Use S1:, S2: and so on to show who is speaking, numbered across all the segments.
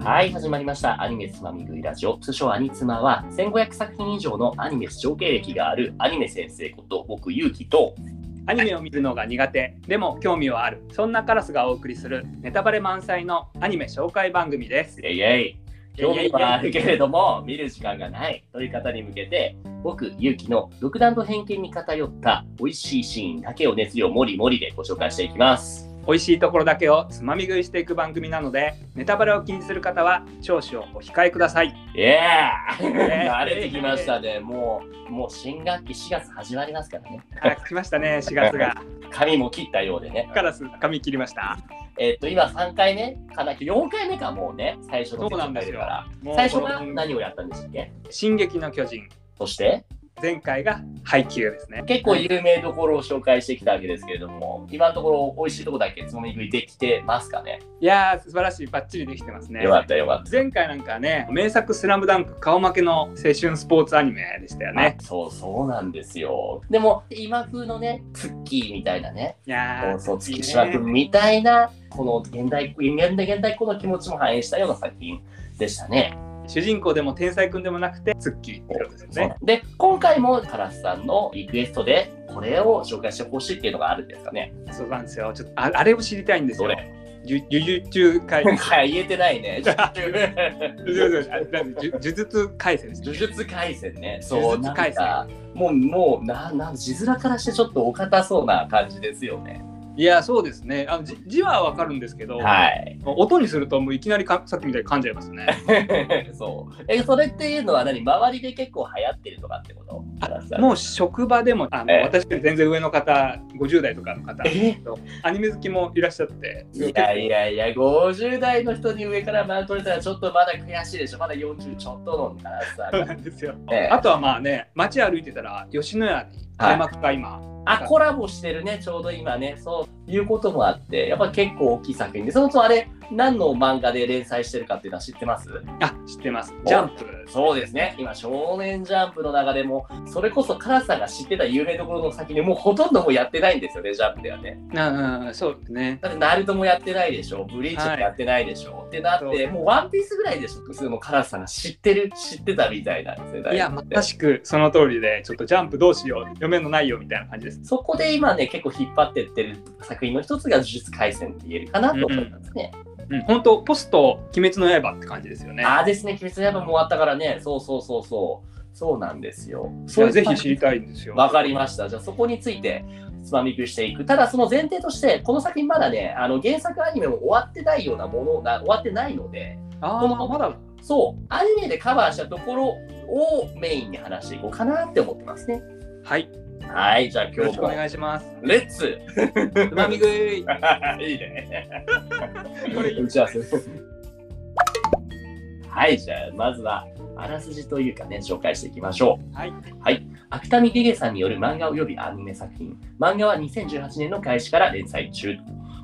S1: はい、始まりました。アニメつまみ食いラジオ、通称アニツマは、1500作品以上のアニメ視聴経歴があるアニメ先生こと、僕、ゆうきと、
S2: アニメを見るのが苦手でも興味はあるそんなカラスがお送りするネタバレ満載のアニメ紹介番組です
S1: えいえい、興味はあるけれども、見る時間がないという方に向けて、僕、ゆうきの独断と偏見に偏った美味しいシーンだけを熱量もりもりでご紹介していきます。
S2: 美味しいところだけをつまみ食いしていく番組なのでネタバレを気にする方は聴取をお控えください
S1: イエー
S2: え
S1: イ
S2: い
S1: 慣れてきましたね。もう、もう新学期4月始まりますからね。
S2: あ来ましたね4月が
S1: 髪も切ったようでね。
S2: カラス髪切りました
S1: えっと、今3回目かな ?4 回目かもうね、最初の
S2: そうなんです
S1: だ
S2: よ
S1: から。
S2: もう
S1: 最初が何をやったんでしたっけ
S2: 進撃の巨人
S1: そして、
S2: 前回が配給ですね
S1: 結構有名どころを紹介してきたわけですけれども、今のところ美味しいとこだけつまみ食いできてますかね
S2: いやー素晴らしいバッチリできてますね
S1: よかったよかった。
S2: 前回なんかね名作「スラムダンク顔負けの青春スポーツアニメでしたよね
S1: あそうそうなんですよ。でも、今風のね、ツッキーみたいなね、
S2: いやー
S1: そうそう、
S2: いい
S1: 月
S2: ね
S1: 島君みたいな、この現代、現代、現代っ子の気持ちも反映したような作品でしたね。
S2: 主人公でも天才くんでもなくてツッキーってことですよね。
S1: で、今回もカラスさんのリクエストで、これを紹介してほしいっていうのがあるんですかね。
S2: そうなんですよ。ちょっとああれを知りたいんです
S1: そ
S2: よ。
S1: れ。
S2: 呪術中回呪
S1: はい、言えてない ね。
S2: 術あなんで呪呪術回戦です。
S1: 呪術廻戦ね。そう、なん
S2: 呪術廻戦
S1: か、もう、もう、な、なん、字面からしてちょっとお堅そうな感じですよね。
S2: いやそうですね。あのじ字はわかるんですけど、
S1: はい。
S2: 音にするともういきなりかさっきみたいに噛んじゃいますね。
S1: そう。え、それっていうのは何周りで結構流行ってるとかってこと
S2: も
S1: う、
S2: う職場でもあの、
S1: ええ
S2: 私より全然上の方、50代とかの方、
S1: え
S2: アニメ好きもいらっしゃって、
S1: いやいやいや、50代の人に上からマウント取れたらちょっとまだ悔しいでしょ。まだ40ちょっとのカラスさん
S2: そう
S1: が。
S2: なんですよ。
S1: ええ
S2: あとはまあね、街歩いてたら吉野家に開幕が今、
S1: あ、コラボしてるね、ちょうど今ね、そういうこともあって、やっぱ結構大きい作品で、そもそもあれ、何の漫画で連載してるかっていうのは知ってます
S2: あ知ってます。ジャンプ。
S1: そうですね、今、少年ジャンプの中でも、それこそカラスさんが知ってた有名どころの先に、もうほとんどもうやってないんですよね、ジャンプではね。
S2: うんうん、そうですね。
S1: だって、ナルトもやってないでしょ、ブリーチもやってないでしょ、ってなって、
S2: そう
S1: もうワンピースぐらいでしょ、普通のカラスさんが知ってる、知ってたみたいな世代って
S2: いや、まさしくその通りで、ちょっとジャンプどうしよう、読めのないよみたいな感じです。
S1: そこで今ね、結構引っ張ってってる作品の一つが、呪術廻戦って言えるかなと思いますね。
S2: うん、本当ポスト鬼滅の刃って感じですよね。
S1: ああですね、鬼滅の刃も終わったからね、そうそうそうそう、そうなんですよ。
S2: それぜひ知
S1: 知
S2: りたいんですよ。
S1: わかりました。じゃあそこについてつまみ食いしていく。ただその前提として、この作品まだね、あの原作アニメも終わってないようなものが終わってないので、
S2: ああ、まだ。
S1: そう、アニメでカバーしたところをメインに話していこうかなって思ってますね。
S2: はい、よ
S1: はい、じゃあ今
S2: ろ
S1: 日
S2: しくお
S1: も
S2: 願いします。
S1: レッツ
S2: つまみ食 い。
S1: いいね。
S2: これいい
S1: 打ち合わせ。はい、じゃあまずはあらすじというかね、紹介していきましょう。
S2: はい。
S1: 芥見リゲさんによる漫画及びアニメ作品。漫画は2018年の開始から連載中。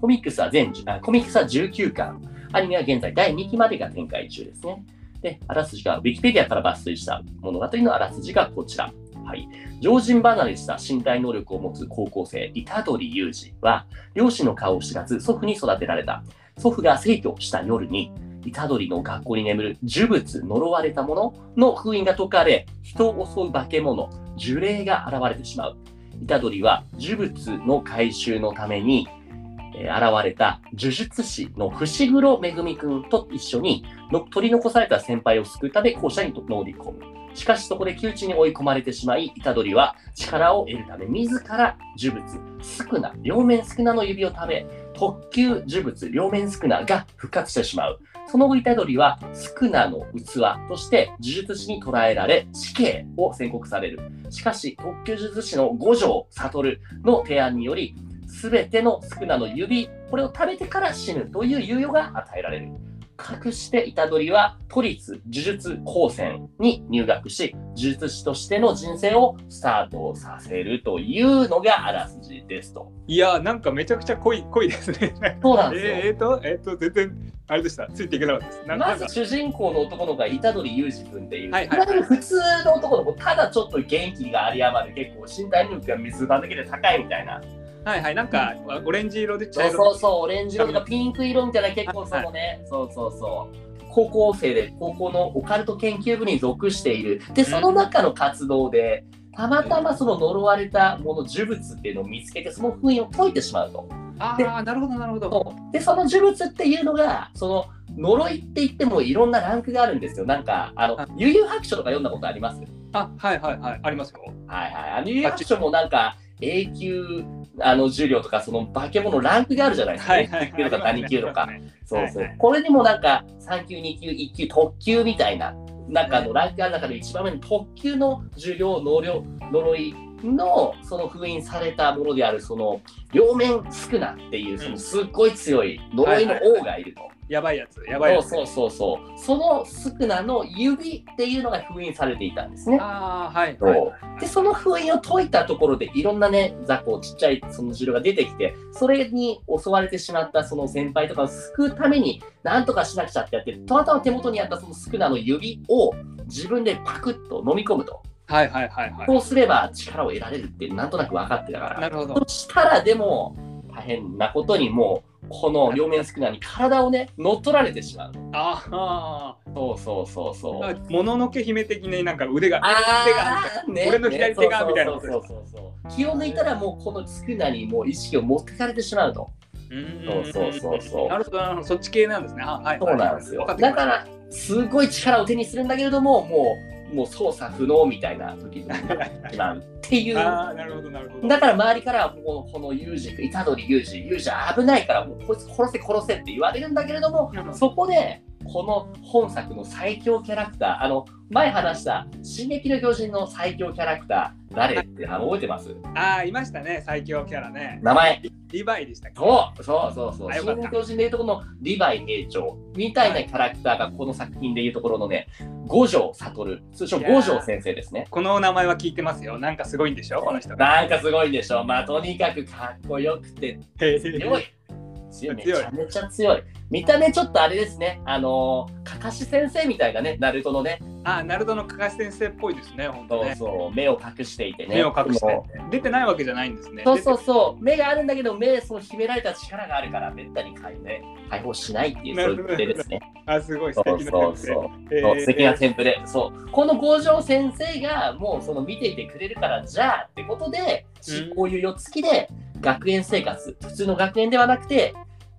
S1: コミックスは全10あコミックスは19巻。アニメは現在第2期までが展開中ですね。で、あらすじが、ウィキペディアから抜粋した物語のあらすじがこちら。はい。常人離れした身体能力を持つ高校生、虎取裕二は、両親の顔を知らず祖父に育てられた。祖父が逝去した夜に、虎杖の学校に眠る呪物呪われたものの封印が解かれ、人を襲う化け物、呪霊が現れてしまう。虎杖は呪物の回収のために、えー現れた呪術師の伏黒恵君と一緒にの取り残された先輩を救うため校舎に乗り込む。しかしそこで窮地に追い込まれてしまい、虎杖は力を得るため自ら呪物、スクナ、両面スクナの指を食べ、特級呪物、両面スクナが復活してしまう。その後、虎杖はスクナの器として呪術師に捕らえられ、死刑を宣告される。しかし、特許術師の五条悟の提案により、すべてのスクナの指、これを食べてから死ぬという猶予が与えられる。隠して虎杖は都立呪術高専に入学し、呪術師としての人生をスタートさせるというのがあらすじですと。
S2: いやー、なんかめちゃくちゃ濃い、濃いですね。
S1: そうなんですよ。
S2: えー、えーと、えーと、全然、あれでした。ついていけなかったです。なんか
S1: まず主人公の男の子が虎杖裕二君っていう、
S2: はいいはいはい
S1: わゆる普通の男の子、ただちょっと元気が有り余る、結構身体能力が水盤だけで高いみたいな、
S2: はいはい、なんか、オレンジ色で茶
S1: そう
S2: 色
S1: そうそう、オレンジ色とかピンク色みたいな、結構そのね、そうそうそう。高校生で高校のオカルト研究部に属しているでその中の活動でたまたまその呪われたもの呪物っていうのを見つけてその封印を解いてしまうと
S2: あ
S1: で
S2: あなるほどなるほど
S1: そうでその呪物っていうのがその呪いって言ってもいろんなランクがあるんですよなんかあの
S2: はい
S1: 悠々白書とか読んだことあります
S2: あはいはいはいありますよ
S1: はいはい。あの、有楽町もなんか、A 級、あの、重量とか、その化け物ランクがあるじゃないですか。
S2: はいはい
S1: A 級とか何級とか。そうそう。
S2: はいはい
S1: これでもなんか、3級、2級、1級、特級みたいな、なんかあの、ランクがある中で一番目の特級の重量、能量、呪いの、その封印されたものである、その、両面スクナっていう、そうの、
S2: ん
S1: すっごい強い呪いの王がいると。
S2: やばいやつやばいやつ
S1: そうそうそうそう。そのスクナの指っていうのが封印されていたんですね。
S2: ああはい
S1: そう
S2: はい
S1: でその封印を解いたところでいろんなね雑魚ちっちゃいその汁が出てきてそれに襲われてしまったその先輩とかを救うためになんとかしなくちゃってやってたまたま手元にあったそのスクナの指を自分でパクッと飲み込むと
S2: はいはいはいは
S1: こうすれば力を得られるってなんとなく分かってたか
S2: い
S1: ら
S2: なるほど
S1: そしたらでも大変なことにもうこの両面スクナに体をね乗っ取られてしまう
S2: ああ
S1: そうそうそうそう
S2: もののけ姫的になんか腕が
S1: あーね
S2: 俺の左手が
S1: ね
S2: みたいなこと
S1: そ
S2: で
S1: う
S2: す
S1: そうそうそう気を抜いたらもうこのつくなにもう意識を持ってかれてしまうと
S2: うーん
S1: そうそうそうそう
S2: なるほどなるほどそっち系なんですねあはい
S1: そうなんですよ
S2: わかってき
S1: だ
S2: まし
S1: か
S2: た
S1: らすごい力を手にするんだけれどももうもう操作不能みたいな時になってしまうっていうだ
S2: ああなるほどなるほど
S1: から周りからはもうこのユージ虎杖ユージユージ危ないからもうこいつ殺せ殺せって言われるんだけれどもそこで、この本作の最強キャラクター、あの、前話した、進撃の巨人の最強キャラクター、誰ってあの覚えてます
S2: ああいましたね最強キャラね
S1: 名前。
S2: リヴァイでしたっけ
S1: そうそうそうそう。
S2: あよ
S1: 進
S2: かっ
S1: 撃
S2: た
S1: の巨人でいうとこのリヴァイ兵長みたいなキャラクターがこの作品でいうところのね、五条悟、通称五条先生ですね。
S2: このお名前は聞いてますよなんかすごいんでしょこの人
S1: なんかすごいんでしょまあ、とにかくかっこよくて
S2: へー
S1: 強い。強いめち
S2: 強い
S1: ゃめちゃ強い。見た目ちょっとあれですね、あのー、かかし先生みたいなね、ナルトのね、
S2: ああナルトのかかし先生っぽいですね本当
S1: そう
S2: ね
S1: そう、目を隠していてね。
S2: 目を隠
S1: で
S2: して
S1: も
S2: 出てないわけじゃないんですね
S1: そうそうそう、目があるんだけど、目、その秘められた力があるから、めったに解,、ね、解放しないっていう、
S2: な
S1: そうい
S2: るほ
S1: う
S2: ど
S1: 手ですね。
S2: 出てあすごい
S1: そ
S2: 素
S1: う
S2: 敵な
S1: そう
S2: 先
S1: そう
S2: 生。
S1: そう素敵な
S2: 生
S1: テンプレそうこの五条先生がもうその見ていてくれるからじゃあってことで
S2: うん
S1: こういう世付きで学園生活普通の学園ではなくて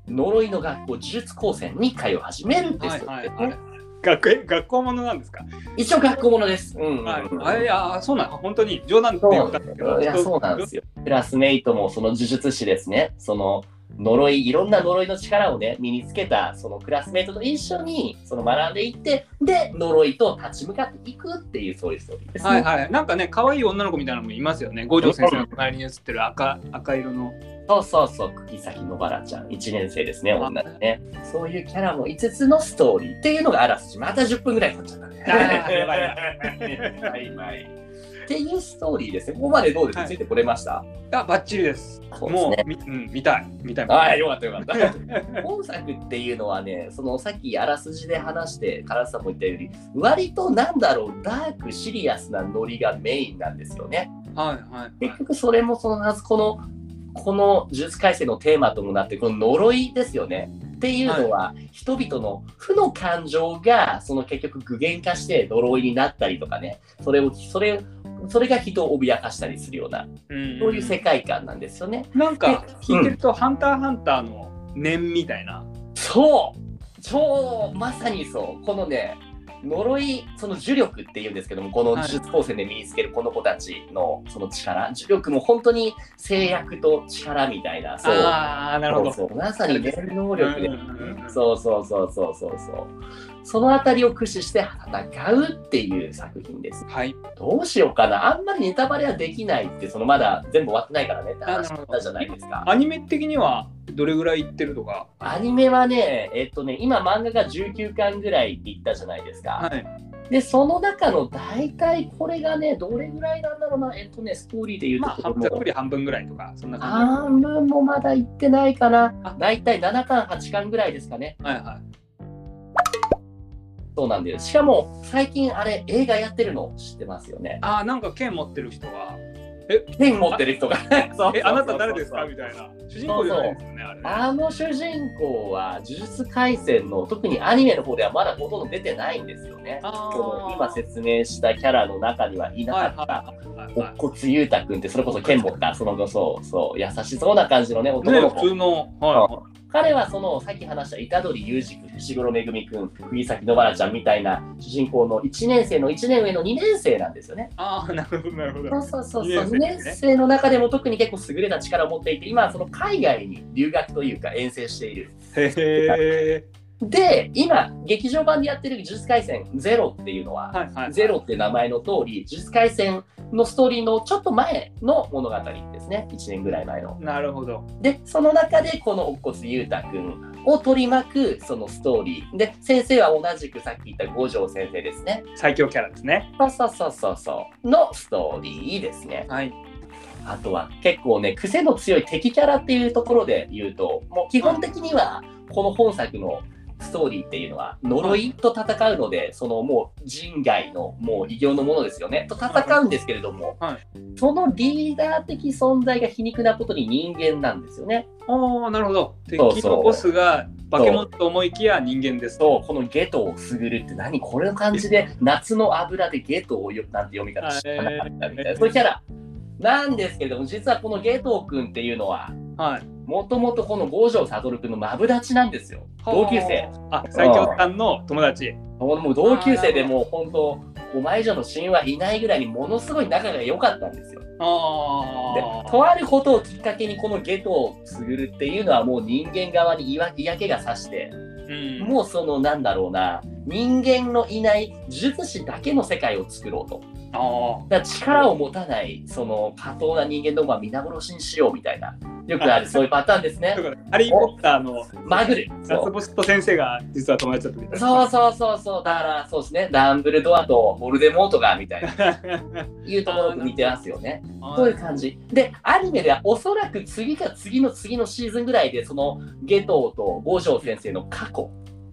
S1: 呪いの学校呪術高専に通い始めるんですよ、
S2: はいはいはい学園学校ものなんですか
S1: 一応学校ものです、うんうんうん
S2: はい、ああそうなん本当に冗談って言
S1: そ
S2: ったんですけど
S1: ういやそうなんですよ。クラスメイトもその呪術師ですね、その呪い、いろんな呪いの力をね、身につけたそのクラスメイトと一緒にその学んでいって、で、呪いと立ち向かっていくっていうそういうストーリーですね。
S2: はいはい、なんかね、可愛い女の子みたいなのもいますよね。五条先生の隣に映ってる赤赤色の。
S1: そうそうそう、釘崎野原ちゃん、1年生ですね、女の子ね。そういうキャラも5つのストーリーっていうのがあらすじ、また10分ぐらい経っちゃったね。
S2: あーやばいや
S1: ばい。 はいっていうストーリーですね。ここまでどうです、
S2: はい
S1: ついてこれました
S2: あ、バッチリです。
S1: そうですね
S2: もう、みうん、見たい、見たい。
S1: はい、よかったよかった。 本作っていうのはね、そのさっきあらすじで話して、唐津さんも言ったように、割となんだろう、ダーク、シリアスなノリがメインなんですよね。
S2: はいはいは
S1: 結
S2: い。
S1: 局それもそのはず、この、この呪術改正のテーマともなって、この呪いですよね。っていうのは、人々の負の感情が、その結局具現化して呪いになったりとかね、それを、それ、それが人を脅かしたりするような、
S2: うん
S1: そういう世界観なんですよね。
S2: なんか
S1: うん、
S2: 聞いてると、ハンターハンターの念みたいな。
S1: そう超まさにそうこのね呪いその呪力っていうんですけどもこの
S2: はい
S1: 呪術高専で身につけるこの子たちのその力、呪力も本当に制約と力みたいなそう
S2: ああ、なるほど。
S1: そうそうまさに全能力で、
S2: うんうんうんうん
S1: そうそうそうそうそうそうそのあたりを駆使して戦うっていう作品です
S2: はい。
S1: どうしようかなあんまりネタバレはできないってそのまだ全部終わってないからねって
S2: あなる
S1: 話
S2: ほど
S1: したじゃないですか
S2: アニメ的には、どれぐらいいってるとか。
S1: アニメはね、えっとね、今漫画が19巻ぐらいいったじゃないですか。
S2: はい。
S1: で、その中の大体これがね、どれぐらいなんだろうな、えっとね、ストーリーで言
S2: ま
S1: う
S2: あ、
S1: と
S2: 半
S1: こ
S2: ざっく
S1: ろ
S2: り半分ぐらいとか、そんな感
S1: 半分もまだいってないかな
S2: あ。
S1: 大体7巻、8巻ぐらいですかね。
S2: じ。はいはい。
S1: そうなんです。し かも、最近あれ、映画やってるの知ってますよね。
S2: ああ、なんか剣持ってる人が。え
S1: ペン持ってる人が。そう
S2: えあなた誰ですか
S1: そう
S2: み
S1: そう
S2: たいな主人公じゃないですよねあれね
S1: あの主人公は呪術廻戦の特にアニメの方ではまだほとんど出てないんですよね。
S2: あ
S1: こ
S2: ー
S1: の今説明したキャラの中にはいなか
S2: はい
S1: っ
S2: は
S1: た
S2: いはい
S1: 乙
S2: はい
S1: 骨裕太君ってそれこそ剣持ったその後そうそう優しそうな感じのね男
S2: ね
S1: の子、
S2: 普通のは
S1: 彼はそのさっき話した虎杖裕二君伏黒恵君釘崎野原ちゃんみたいな主人公の1年生の1年上の2年生なんですよね
S2: いああなるほどなるほど
S1: そうそうそうそう
S2: 二年生
S1: 2年生の中でも特に結構優れた力を持っていて今はその海外に留学というか遠征している
S2: へえ
S1: で今劇場版でやってる「呪術廻戦ゼロっていうのは
S2: はいはい
S1: ゼロって名前の通り、呪術廻戦のストーリーのちょっと前の物語ですね、1年ぐらい前の。
S2: なるほど
S1: で、その中でこの乙骨裕太君を取り巻くそのストーリー。で、先生は同じくさっき言った五条先生ですね。
S2: 最強キャラですね
S1: そうそうそうそうそう。のストーリーですね。
S2: はい
S1: あとは結構ね、癖の強い敵キャラっていうところで言うと、もう基本的にはこの本作のストーリーっていうのは呪いと戦うので、そのもう人外のもう異形のものですよね、と戦うんですけれども、
S2: は
S1: そのリーダー的存在が皮肉なことに人間なんですよね。
S2: ああなるほど敵
S1: そうそう
S2: のボスが化け物と思いきや人間です
S1: そう、このゲトをすぐるって何これの感じで夏の油でゲトをよなんて読み方知らなかったみたい
S2: へ
S1: な、
S2: ー
S1: そういうキャラなんですけれども、実はこのゲトウ君っていうのは、
S2: はい
S1: もともとこの五条悟君のマブダチなんですよ。同級生。
S2: あ最強さんの友達
S1: もうもう同級生でもう本当、お前以上の親友はいないぐらいにものすごい仲が良かったんですよ。で
S2: あ、あ
S1: とあることをきっかけにこのゲトをすぐるっていうのはもう人間側に嫌嫌気がさして、
S2: うん
S1: もうそのなんだろうな、人間のいない呪術師だけの世界を作ろうと。
S2: あ
S1: だから力を持たない、その過当な人間どもは皆殺しにしようみたいな。よくあるそういうパターンです
S2: あ
S1: ね
S2: だ。からハリー・ポッターの
S1: マ グル。そう
S2: ラスボスと先生が実は友達だったみたい
S1: そ
S2: な
S1: うそうそうそう、だからそうですね、ダンブルドアとボルデモートがみたい な、いうところを見てますよね。そういう感じ。で、アニメではおそらく次か次の次のシーズンぐらいで、その下等と五条先生の過去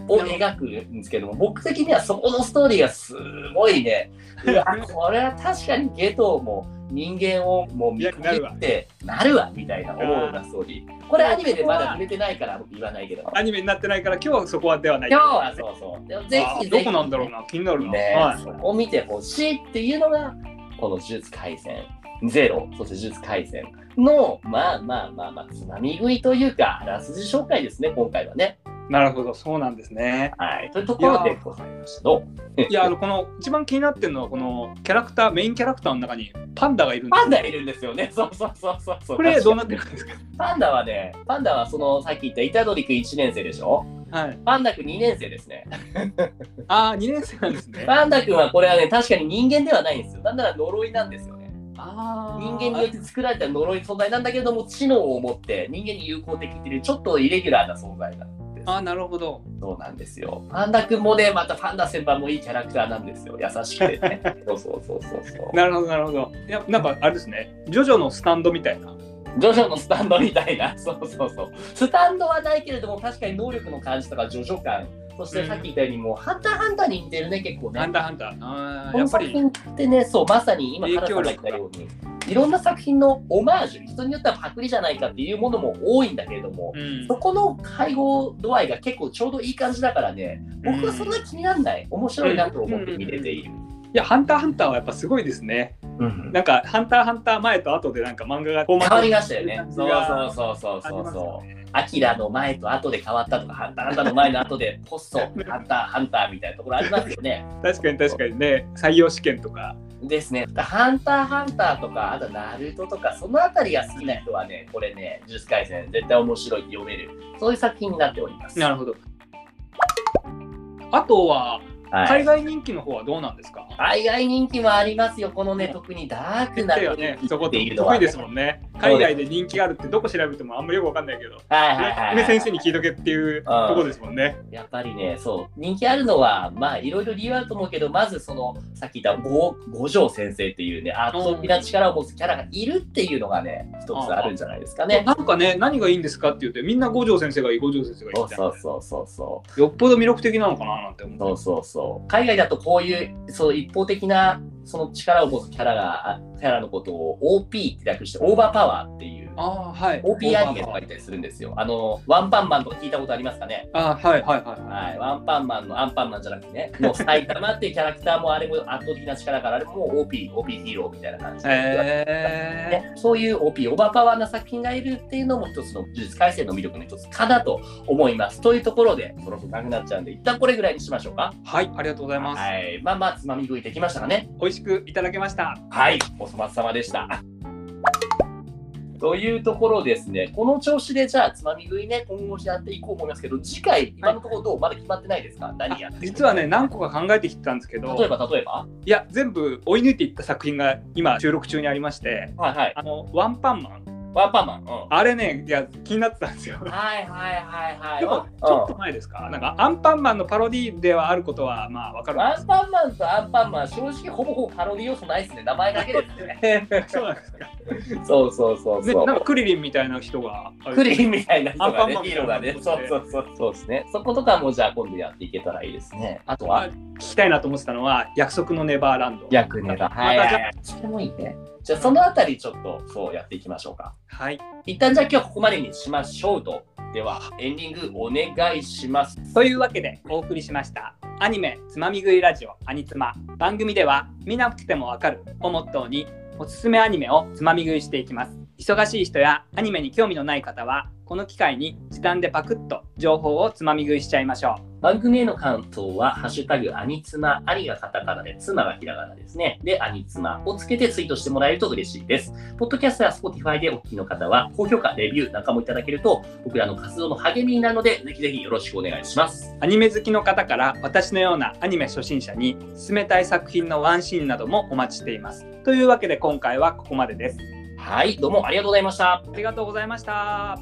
S1: を描くんですけども、僕的にはそこのストーリーがすごい ね、うわ、これは確かに下等も人間をもう見くびってなるわ、みたいな思うようなストーリー。これアニメでまだ触れてないから言わないけど。
S2: アニメになってないから今日はそこはではない
S1: 今日はそうそう。でもぜ
S2: あ
S1: ひ
S2: ー
S1: ぜ
S2: ど
S1: ひ
S2: こなんだろうな気になるな、
S1: ね、
S2: はい
S1: そこを見てほしいっていうのがこの呪術廻戦ゼロそして呪術廻戦のまあまあまあまあつまみ食いというかあらすじ紹介ですね今回はね
S2: なるほどそうなんですね
S1: はいというところ
S2: い
S1: で
S2: や
S1: ございましたどう
S2: いやあのこの一番気になってるのはこのキャラクターメインキャラクターの中にパンダがいるんです
S1: パンダいるんですよね そうそうそうそうそう
S2: これどうな
S1: 確
S2: ってるんですか
S1: かにパンダはねパンダはそのさっき言った虎杖君1年生でしょ
S2: はい
S1: パンダ君2年生ですね
S2: ああ2年生なんですね
S1: パンダ君はこれはね確かに人間ではないんですよなんなら呪いなんですよね
S2: あー
S1: 人間によって作られた呪いの存在なんだけども知能を持って人間に有効的っていうちょっとイレギュラーな存在なんです
S2: ああなるほど
S1: そうなんですよパンダ君もねまたパンダ先輩もいいキャラクターなんですよ優しくてね そうそうそうそうそう
S2: なるほどなるほどいやなんかあれですねジョジョのスタンドみたいな
S1: ジョジョのスタンドみたいな そうそうそうスタンドはないけれども確かに能力の感じとかジョジョ感そしてさっき言ったようにもう、ハンターハンターに似てるね結構ね
S2: ハンターハンターあー
S1: こ
S2: や
S1: の
S2: っぱ
S1: 作
S2: り
S1: 品ってね、そう、まさに今、
S2: 影
S1: 原
S2: 響
S1: さん
S2: 力
S1: が言ったように、いろんな作品のオマージュ、人によってはパクリじゃないかっていうものも多いんだけれども、
S2: うん
S1: そこの配合度合いが結構ちょうどいい感じだからね、僕はそんな気にならない、面白いなと思って見れている。
S2: いやハンターハンターはやっぱすごいですね
S1: うん
S2: なんかハンターハンター前と後でなんか漫画がこう
S1: 変わりましたよね。
S2: そ
S1: そうう
S2: そう
S1: そうそう
S2: あ
S1: そ
S2: り
S1: う
S2: ます
S1: そ
S2: よ
S1: う。アキラの前と後で変わったとか、ハンターハンターの前の後で、ポスト、ハンターハンターみたいなところありますよね。
S2: 確かに確かにね採用試験とか
S1: ですね。ハンターハンターとか、あとナルトとか、そのあたりが好きな人はね、これね、呪術廻戦絶対面白いって読める、そういう作品になっております。
S2: なるほどあとは
S1: は
S2: 海
S1: い、
S2: 外人気の方はどうなんですか、
S1: 海外人気もありますよ、このね、特にダークな
S2: よね、そこ
S1: っていうの
S2: 得
S1: は
S2: 意。ですもんね。海外で人気があるってどこ調べてもあんまよくわかんないけど、
S1: はいはいはい
S2: 梅先生に聞いとけっていうところですもんね。
S1: やっぱりね、そう、人気あるのは、まあ、いろいろ理由あると思うけど、まずその、さっき言った五五条先生っていうね、圧倒的な力を持つキャラがいるっていうのがね、一つあるんじゃないですかね。
S2: なんかね、何がいいんですかって言って、みんな五条先生がいい、五条先生がいい
S1: そ
S2: み
S1: う
S2: たい
S1: そ
S2: な
S1: う。そうそうそう。
S2: よっぽど魅力的なのかななんて思。
S1: そううそうそう。海外だとこういう、そう一方的なその力を持つキャラが、あキャラのことを OP って略してオーバーパワーっていう、
S2: あーはい
S1: OP アニメとか言ったりするんですよ。あの、ワンパンマンとか聞いたことありますかね
S2: あーはいはいはい
S1: はい、ワンパンマンのアンパンマンじゃなくてね、もう埼玉っていうキャラクターもあれも圧倒的な力から、あれも OP、OP ヒーローみたいな感じで。
S2: え
S1: ね、そういう OP、オーバーパワーな作品がいるっていうのも一つの呪術改正の魅力の一つかなと思います。というところで、そろそろなくなっちゃうんで、一旦これぐらいにしましょうか。
S2: ー、はいありがとうございます、
S1: はい、まあまあ、つまみ食いできましたかね。
S2: 美味しくいただけました
S1: はい、お粗末様でした。というところですね、この調子でじゃあ、つまみ食いね、今後やっていこう思いますけど、次回、今のところどうまだ決まってないですか何やって
S2: 実はね何個か考えてきてたんですけど
S1: 例えば、例えば
S2: いや全部追い抜いていった作品が今収録中にありまして
S1: はいはい。
S2: あのワンパンマン
S1: ワンパンマン。うん
S2: あれねいや気になってたんですよ
S1: はいはいはいはい。
S2: でもちょっと前ですかなんかアンパンマンのパロディではあることはまあわかるん
S1: ア
S2: です
S1: ンパンマンとアンパンマン、正直ほぼほぼパロディ要素ないですね、名前だけですね。
S2: け どそうなんですか
S1: そうそうそう
S2: ね
S1: そう。
S2: なんかクリリンみたいな人が
S1: クリーンみたいな人
S2: アンパ
S1: が
S2: ン
S1: ね
S2: マン、み
S1: ヒ
S2: た
S1: ー
S2: い
S1: ローが
S2: な人
S1: ね。そうそうそうそうですね。そことかもじゃあ今度やっていけたらいいですね。あと
S2: あ
S1: は、
S2: 聞きたいなと思ってたのは約束のネバーランド
S1: 役ネタ。はい
S2: ま
S1: は
S2: た
S1: い
S2: じゃ
S1: はい。それもいいね。じゃあそのあたりちょっとそうやっていきましょうか。
S2: はい
S1: 一旦じゃあ今日ここまでにしましょうと。では、エンディングお願いします。
S2: というわけでお送りしましたアニメ「つまみ食いラジオアニツマ」番組では「見なくてもわかる」をモットーにおすすめアニメをつまみ食いしていきます忙しい人やアニメに興味のない方はこの機会に時短でパクッと情報をつまみ食いしちゃいましょ
S1: 番組への感想は、ハッシュタグ、アニツマ、アニがカタカナで、妻がひらがなですね。で、アニツマをつけてツイートしてもらえると嬉しいです。ポッドキャストや Spotify でお聞きの方は、高評価、レビューなんかもいただけると、僕らの活動の励みになるので、ぜひぜひよろしくお願いします
S2: う。アニメ好きの方から私のようなアニメ初心者に勧めたい作品のワンシーンなどもお待ちしていますというわけで今回はここまでです
S1: はい、どうもありがとうございました。
S2: ありがとうございました